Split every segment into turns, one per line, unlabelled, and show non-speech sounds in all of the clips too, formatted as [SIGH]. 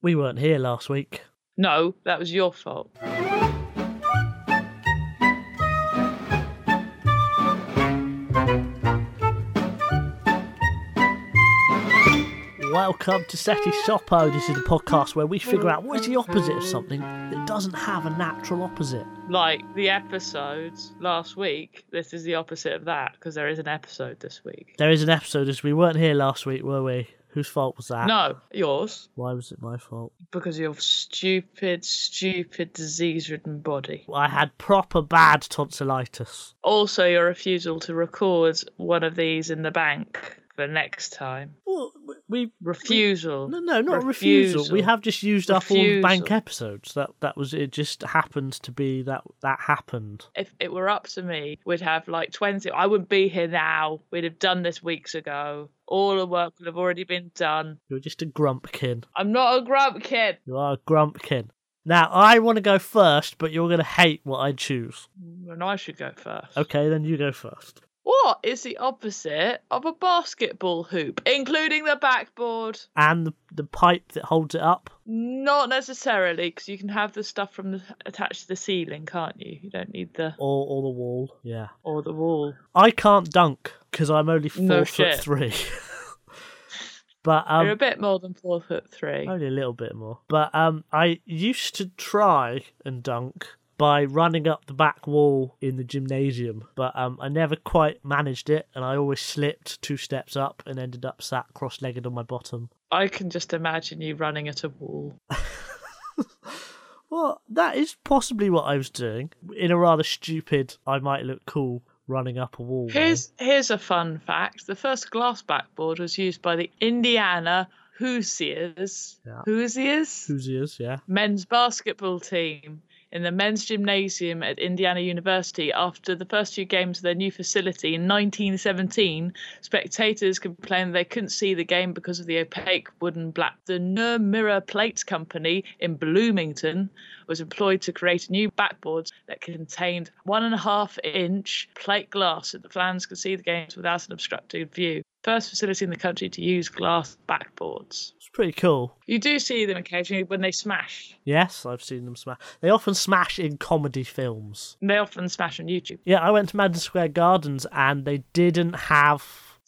We weren't here last week.
No, that was your fault.
Welcome to Seti Sopo. This is the podcast where we figure out what is the opposite of something that doesn't have a natural opposite.
Like the episodes last week, this is the opposite of that because there is an episode this week.
There is an episode as we weren't here last week, were we? Whose fault was that?
No, yours
Why was it my fault?
because of your stupid, stupid disease-ridden body.
I had proper bad tonsillitis.
Also, your refusal to record one of these in the bank for next time.
Well, we
Refusal.
no, no, not refusal. We have just used up all the bank
Refusal.
episodes. That that was it. Just happened to be that that happened.
if it were up to me, we'd have like 20. I wouldn't be here now. We'd have done this weeks ago. All the work would have already been done.
You're just a grumpkin.
I'm not a grub kid.
You are a grumpkin. Now I want to go first, but you're going to hate what I choose.
And I should go first.
Okay, then you go first.
What is the opposite of a basketball hoop, including the backboard?
And the, the pipe that holds it up.
Not necessarily, because you can have the stuff from the, attached to the ceiling, can't you? You don't need the
or or the wall. Yeah.
or the wall.
I can't dunk because I'm only four
No
foot
shit.
three. [LAUGHS] but
You're a
um,
bit more than four foot three.
only a little bit more. But um, I used to try and dunk by running up the back wall in the gymnasium, but um, I never quite managed it, and I always slipped two steps up and ended up sat cross-legged on my bottom.
I can just imagine you running at a wall.
Well, that is possibly what I was doing in a rather stupid. I might look cool running up a wall. way.
Here's here's a fun fact: the first glass backboard was used by the Indiana Hoosiers,
Yeah.
Hoosiers
Hoosiers, yeah.
men's basketball team in the men's gymnasium at Indiana University after the first few games of their new facility in 1917. Spectators complained they couldn't see the game because of the opaque wooden black. The Nur Mirror Plates Company in Bloomington was employed to create new backboards that contained one and a half inch plate glass so the fans could see the games without an obstructed view. First facility in the country to use glass backboards.
It's pretty cool.
You do see them occasionally when they smash.
Yes, I've seen them smash. They often smash in comedy films.
They often smash on YouTube.
Yeah, I went to Madison Square Gardens and they didn't have.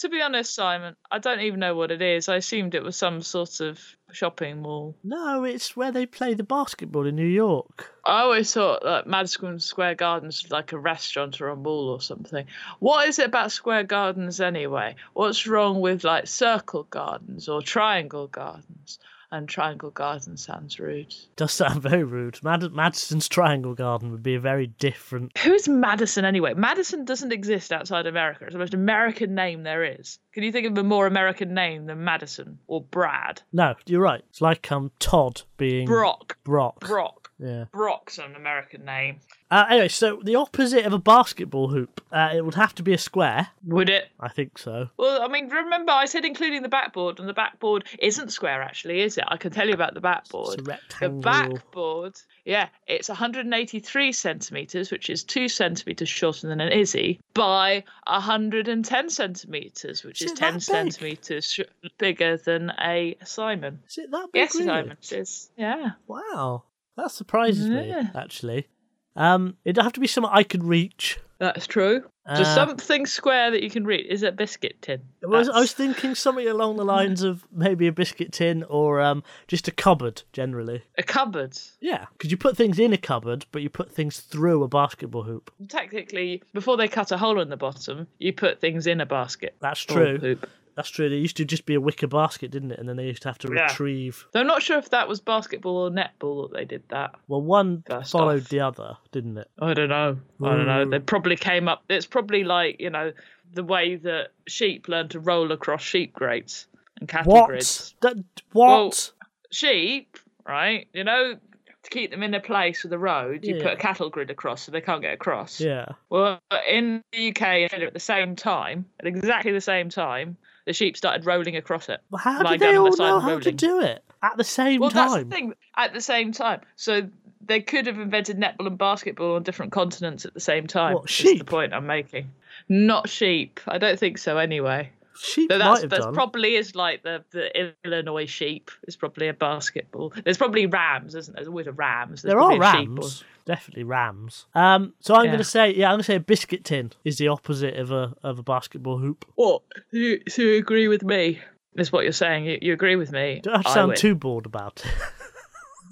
To be honest, Simon, I don't even know what it is. I assumed it was some sort of shopping mall.
No, it's where they play the basketball in New York.
I always thought that Madison Square Gardens was like a restaurant or a mall or something. What is it about square gardens anyway? What's wrong with like circle gardens or triangle gardens? And triangle garden sounds rude.
Does sound [LAUGHS] very rude. Mad- Madison's Triangle Garden would be a very different.
Who's Madison anyway? Madison doesn't exist outside America. It's the most American name there is. Can you think of a more American name than Madison or Brad?
No, you're right. It's like um Todd being
Brock.
Brock.
Brock.
Yeah.
Brock's an American name.
Uh, anyway, so the opposite of a basketball hoop, uh, it would have to be a square.
Would it?
I think so.
Well, I mean, remember I said including the backboard, and the backboard isn't square, actually, is it? I can tell you about
It's
the
a
backboard. The
rectangle.
backboard, yeah, it's 183 centimeters, which is two centimeters shorter than an Izzy, by 110 centimeters, which
Is
is,
it that
10
big?
centimeters sh- bigger than a Simon.
Is it that big?
Yes,
really?
Simon. It is. Yeah.
Wow, that surprises me
Yeah.
actually. Um, it'd have to be something I could reach.
That's true.
Uh,
Just something square that you can read. Is it biscuit tin?
I was, I
That's-
was thinking something along the lines of maybe a biscuit tin or um, just a cupboard generally.
a cupboard.
Yeah, because you put things in a cupboard, but you put things through a basketball hoop.
technically before they cut a hole in the bottom you put things in a basket
That's
Or
true.
hoop.
That's true. They used to just be a wicker basket, didn't it? And then they used to have to
Yeah.
retrieve.
so i'm not sure if that was basketball or netball that they did that
Well, one
First
followed
off.
the other, didn't it?
i don't know i don't know
Mm.
they probably came up it's probably like you know the way that sheep learn to roll across sheep grates and cattle
What?
grids
That, what?
sheep right you know to keep them in their place with the road you
Yeah.
put a cattle grid across so they can't get across
yeah.
Well, in the UK, and Australia at the same time, at exactly the same time, the sheep started rolling across it.
Well, how
lying
did they
down on
all
their side
know
and
how to
rolling.
do it at the same
Well, that's
time?
the thing. At the same time, so they could have invented netball and basketball on different continents at the same time.
What,
is
sheep?
the point I'm making. Not sheep. I don't think so. Anyway,
Sheep
So
might
that's
have
that's
done.
probably is like the the Illinois sheep is probably a basketball. There's probably rams, isn't there? There's always a rams. There's
there are
probably a sheep or-
rams. Definitely rams. Um, so I'm
Yeah.
gonna say, yeah, I'm gonna say a biscuit tin is the opposite of a of a basketball hoop.
What? Do you, so you agree with me? Is what you're saying? You, you agree with me?
You don't have to
I
sound
win.
too bored about it. [LAUGHS]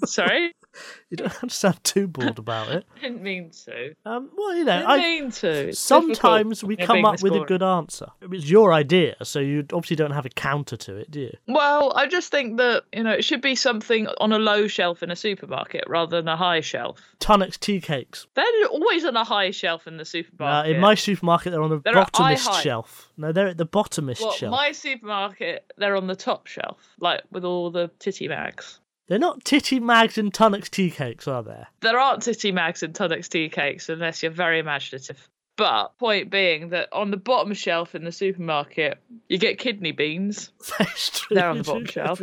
Sorry, [LAUGHS]
You don't have to sound too bored about it.
I didn't mean
[LAUGHS]
to.
Um, well, you
I
know,
didn't
I,
mean to. It's
sometimes
difficult
we
when you're
come
being
up
this
with a
boring.
good answer. It was your idea, so you obviously don't have a counter to it, do you?
Well, I just think that you know it should be something on a low shelf in a supermarket rather than a high shelf.
Tunnocks tea cakes.
They're always on a high shelf in the
Uh,
supermarket.
in my supermarket, they're on the
They're at eye
bottomist
height.
shelf. No, they're at the bottomist
well,
shelf.
my supermarket, they're on the top shelf, like with all the titty mags.
They're not titty mags and Tunnocks tea cakes, are [LAUGHS] there?
there aren't titty mags and tonics tea cakes unless you're very imaginative. But point being that on the bottom shelf in the supermarket, you get kidney beans.
That's true.
They're on the bottom shelf.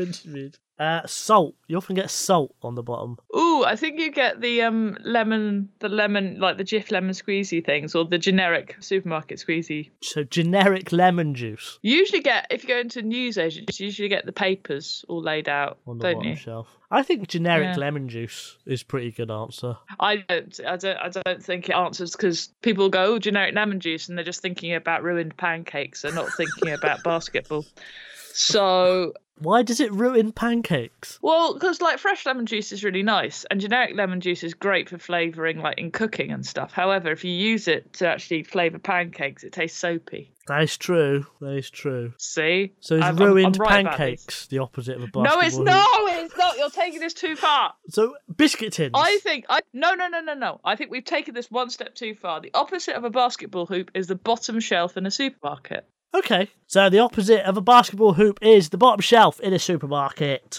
Uh, salt. You often get salt on the bottom.
Ooh, I think you get the um lemon, the lemon like the Jif lemon squeezy things or the generic supermarket squeezy.
So generic lemon juice
You usually get if you go into newsagents, you usually get the papers all laid out,
on the
don't
bottom
you?
shelf. I think generic
Yeah.
lemon juice is pretty good answer.
I don't, I don't, I don't think it answers because people go oh, generic lemon juice and they're just thinking about ruined pancakes. They're not
[LAUGHS]
thinking about basketball. So,
Why does it ruin pancakes?
well, because like fresh lemon juice is really nice, and generic lemon juice is great for flavoring, like in cooking and stuff. However, if you use it to actually flavor pancakes, it tastes soapy.
That is true. That is true.
See,
So is
I'm- I'm- I'm
ruined
right about this.
pancakes the opposite of a basketball?
No, it's
hoop?
no, it's not. You're taking this too far.
So biscuit tins.
I think I no no no no no. I think we've taken this one step too far. The opposite of a basketball hoop is the bottom shelf in a supermarket.
Okay. So the opposite of a basketball hoop is the bottom shelf in a supermarket.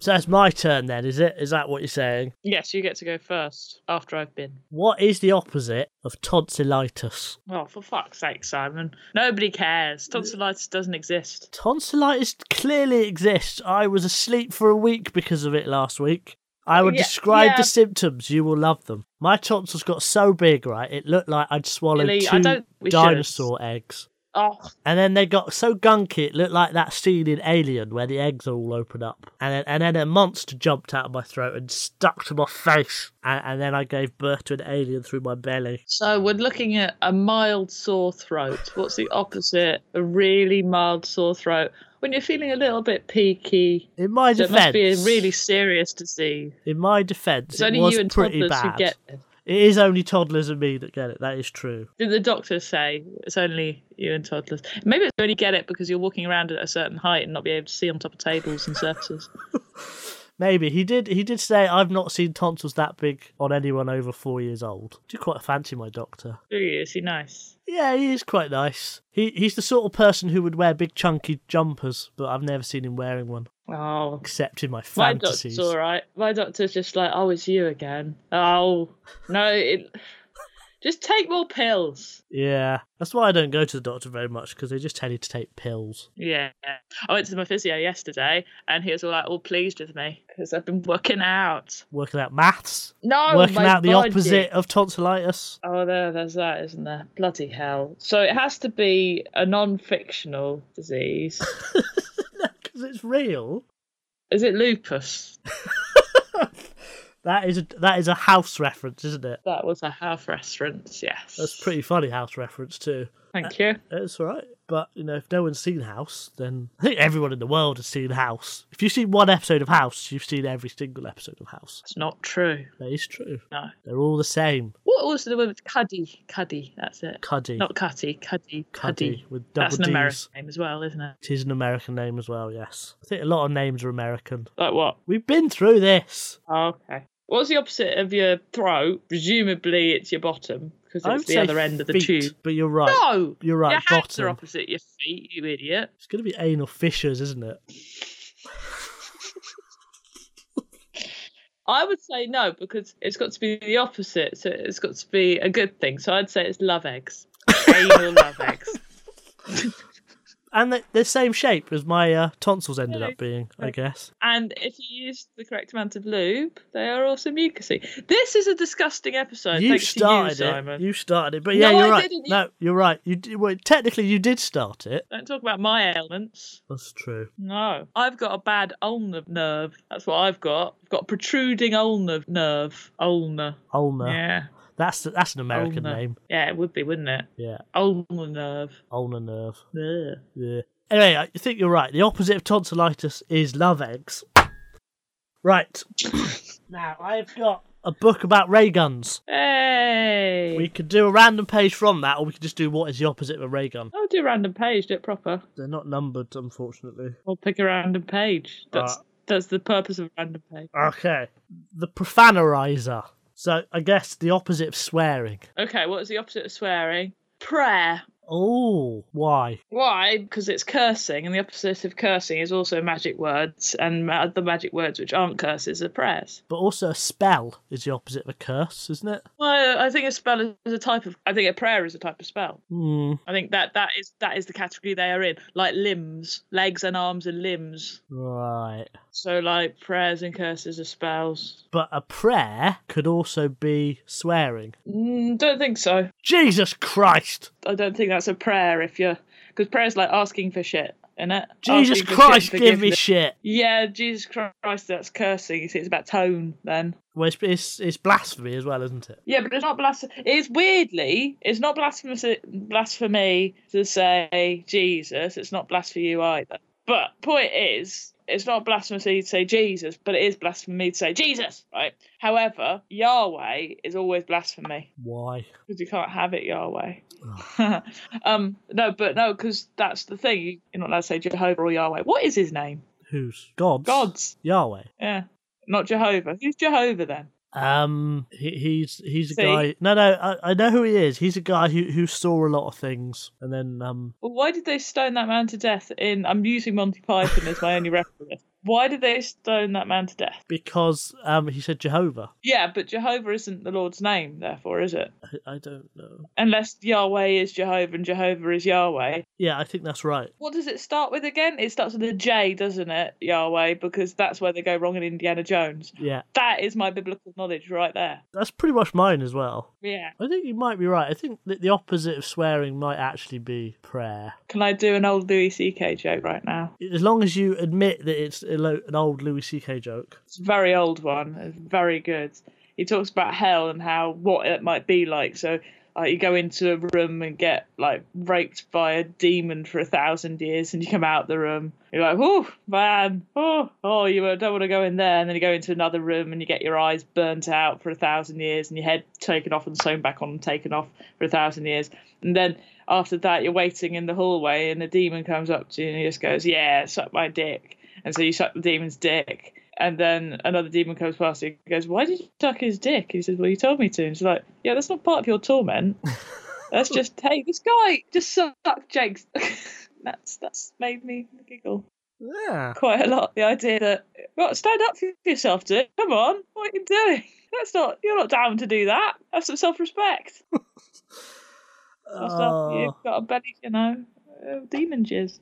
So it's my turn then, is it? Is that what you're saying?
Yes, you get to go first after I've been.
What is the opposite of tonsillitis?
Oh, for fuck's sake, Simon. Nobody cares. Tonsillitis doesn't exist.
Tonsillitis clearly exists. I was asleep for a week because of it last week. I will
Yeah,
describe
yeah.
the symptoms. You will love them. My tonsils got so big, right? It looked like I'd swallowed
Really? I
two
don't- we shouldn't.
dinosaur eggs.
Oh,
And then they got so gunky, it looked like that scene in Alien where the eggs are all open up. And then, and then a monster jumped out of my throat and stuck to my face. And, and then I gave birth to an alien through my belly.
so we're looking at a mild sore throat. What's the opposite? A really mild sore throat. When you're feeling a little bit peaky,
In my
so it must
defense,
be a really serious disease.
in my defense,
It's
it
only
was
you and
pretty
toddlers
bad.
who get this.
It is only toddlers and me that get it. That is true.
Did the doctor say it's only you and toddlers? Maybe it's only get it because you're walking around at a certain height and not be able to see on top of tables and surfaces.
Maybe he did. He did say I've not seen tonsils that big on anyone over four years old. Do quite fancy my doctor.
Do you? Is he nice?
Yeah, he is quite nice. He he's the sort of person who would wear big chunky jumpers, but I've never seen him wearing one
Oh,
except in my
my
fantasies.
doctor's all right. My doctor's just like, oh, it's you again. Oh, no, it... just take more pills.
Yeah, that's why I don't go to the doctor very much because they just tell you to take pills.
Yeah. I went to my physio yesterday and he was all like, "Oh, all pleased with me because I've been working out.
Working out maths,
No,
working
Oh my
out the
body.
opposite of tonsillitis. [LAUGHS]
Oh, there, there's that, isn't there? Bloody hell. So it has to be a non fictional
[LAUGHS]
disease.
Because it's real.
Is it lupus?
That is a, that is a house reference, isn't it?
That was a half reference, yes.
That's a pretty funny house reference too.
Thank you.
It's all right, but you know, if no one's seen House, then [LAUGHS] I think everyone in the world has seen House. If you've seen one episode of House, you've seen every single episode of House.
That's not true.
That is true.
No.
They're all the same.
What was the word? Cuddy. Cuddy, that's it.
Cuddy,
Not Cuddy, Cuddy, Cuddy.
Cuddy with double
That's an
D's.
American name as well, isn't it?
It is an American name as well. Yes, I think a lot of names are American.
Like what?
We've been through this.
Oh, okay. What's the opposite of your throat? Presumably it's your bottom because
I would
it's the
say
other end of the
feet,
tube.
but you're right.
No!
You're right.
your hands
bottom.
are opposite your feet, you idiot.
It's going to be anal fissures, isn't it?
I would say no because it's got to be the opposite. So it's got to
[LAUGHS]
be a good thing. So I'd say it's love eggs. Anal love eggs.
and they the same shape as my uh, tonsils ended up being, I guess.
And if you use the correct amount of lube, they are also mucousy. This is a disgusting episode.
You
thanks
started
to you,
it.
Simon.
You started it, but yeah,
No,
you're
I
right.
didn't. You-
No, you're right. You d- well, technically you did start it.
Don't talk about my ailments.
That's true.
No. I've got a bad ulnar nerve. That's what I've got. I've got a protruding ulnar nerve. Ulnar.
Ulna.
Yeah.
That's that's an Ah, American
Ulna.
name.
Yeah, it would be, wouldn't it?
Yeah,
Ulnar nerve.
ulna nerve.
Ugh.
Yeah. Anyway, I think you're right. The opposite of tonsillitis is love eggs. Right. now I've got a book about ray guns.
Hey.
We could do a random page from that, or we could just do what is the opposite of a ray gun.
I'll do random page, do it proper.
They're not numbered, unfortunately.
We'll pick a random page. That's
Ah.
that's the purpose of a random page.
uh, Okay. The profanerizer. So I guess the opposite of swearing.
Okay, what is the opposite of swearing? Prayer.
Oh, why?
Why? Because it's cursing, and the opposite of cursing is also magic words, and ma- the magic words which aren't curses are prayers.
But also a spell is the opposite of a curse, isn't it?
Well, I think a spell is a type of. I think a prayer is a type of spell.
Hmm.
I think that that is that is the category they are in, like limbs, legs and arms and limbs.
Right.
So like prayers and curses are spells.
But a prayer could also be swearing.
Mm, don't think so.
Jesus Christ!
I don't think that's a prayer if you're because prayer's like asking for shit, isn't it?
Jesus
Asking for
Christ, give
shit,
me
forgiveness.
shit!
Yeah, Jesus Christ, that's cursing. You see, it's about tone then.
Well, it's, it's, it's blasphemy as well, isn't it?
Yeah, but it's not blas. It's weirdly, it's not blasphemous blasphemy to say Jesus. It's not blasphemy either. But point is, it's not blasphemy to say Jesus, but it is blasphemy to say Jesus, right? However, Yahweh is always blasphemy
Why?
because you can't have it Yahweh. [LAUGHS] um, no, but no, because that's the thing. You're not allowed to say Jehovah or Yahweh. What is his name?
Who's? God's?
God's.
Yahweh.
Yeah, not Jehovah. Who's Jehovah then?
Um, he, he's he's a
See?
guy. No, no, I, I know who he is. He's a guy who who saw a lot of things, and then um,
Well, why did they stone that man to death? In I'm using Monty Python as my only [LAUGHS] reference. Why did they stone that man to death?
because um, he said Jehovah.
Yeah, but Jehovah isn't the Lord's name, therefore, is it?
I, I don't know.
Unless Yahweh is Jehovah and Jehovah is Yahweh.
Yeah, I think that's right.
What does it start with again? It starts with a J, doesn't it, Yahweh? Because that's where they go wrong in Indiana Jones.
Yeah,
That is my biblical knowledge right there.
that's pretty much mine as well.
Yeah.
I think you might be right. I think that the opposite of swearing might actually be prayer.
Can I do an old Louis C.K. joke right now?
As long as you admit that it's a lo- an old Louis C.K. joke.
It's a very old one. It's very good. He talks about hell and how what it might be like. So uh, you go into a room and get like raped by a demon for a thousand years, and you come out the room. You're like, oh man, oh oh, you don't want to go in there. And then you go into another room and you get your eyes burnt out for a thousand years, and your head taken off and sewn back on and taken off for a thousand years. And then after that, you're waiting in the hallway, and a demon comes up to you and he just goes, yeah, suck my dick. And so you suck the demon's dick. And then another demon comes past you and goes, Why did you suck his dick? He says, Well, you told me to. And she's like, Yeah, that's not part of your torment. That's just, hey, this guy just sucked Jake's. [LAUGHS] that's that's made me giggle
Yeah.
quite a lot. The idea that, well, stand up for yourself, dude. Come on, what are you doing? That's not, you're not down to do that. Have some self respect.
Oh.
You've got a belly, you know, uh, demon jizz.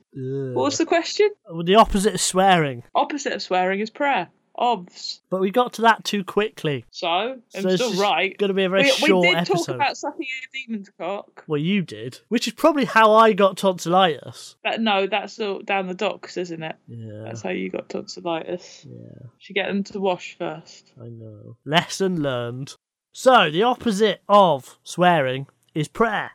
What was the question?
the opposite of swearing.
Opposite of swearing is prayer. Obvs.
But we got to that too quickly.
So, I'm
so it's
still
just
right.
Going to be a very
we, we
short
did
episode.
talk about sucking a demon's cock.
Well, you did, which is probably how I got tonsillitis.
But no, that's all down the docks, isn't it?
Yeah,
That's how you got tonsillitis.
yeah,
Should get them to wash first.
I know. Lesson learned. So the opposite of swearing is prayer.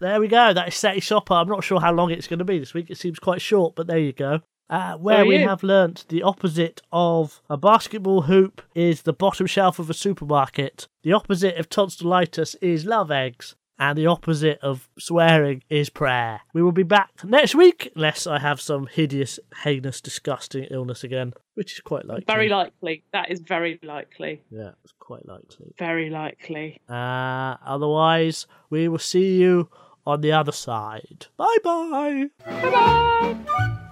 There we go. That is Seti Shopper. I'm not sure how long it's going to be this week. It seems quite short, but there you go. Uh, where
are
we
you.
have learnt the opposite of a basketball hoop is the bottom shelf of a supermarket. The opposite of tonsillitis is love eggs. And the opposite of swearing is prayer. We will be back next week, unless I have some hideous, heinous, disgusting illness again, which is quite likely.
Very likely. That is very likely.
yeah, it's quite likely.
Very likely.
Uh, otherwise, we will see you on the other side. Bye bye.
Bye bye!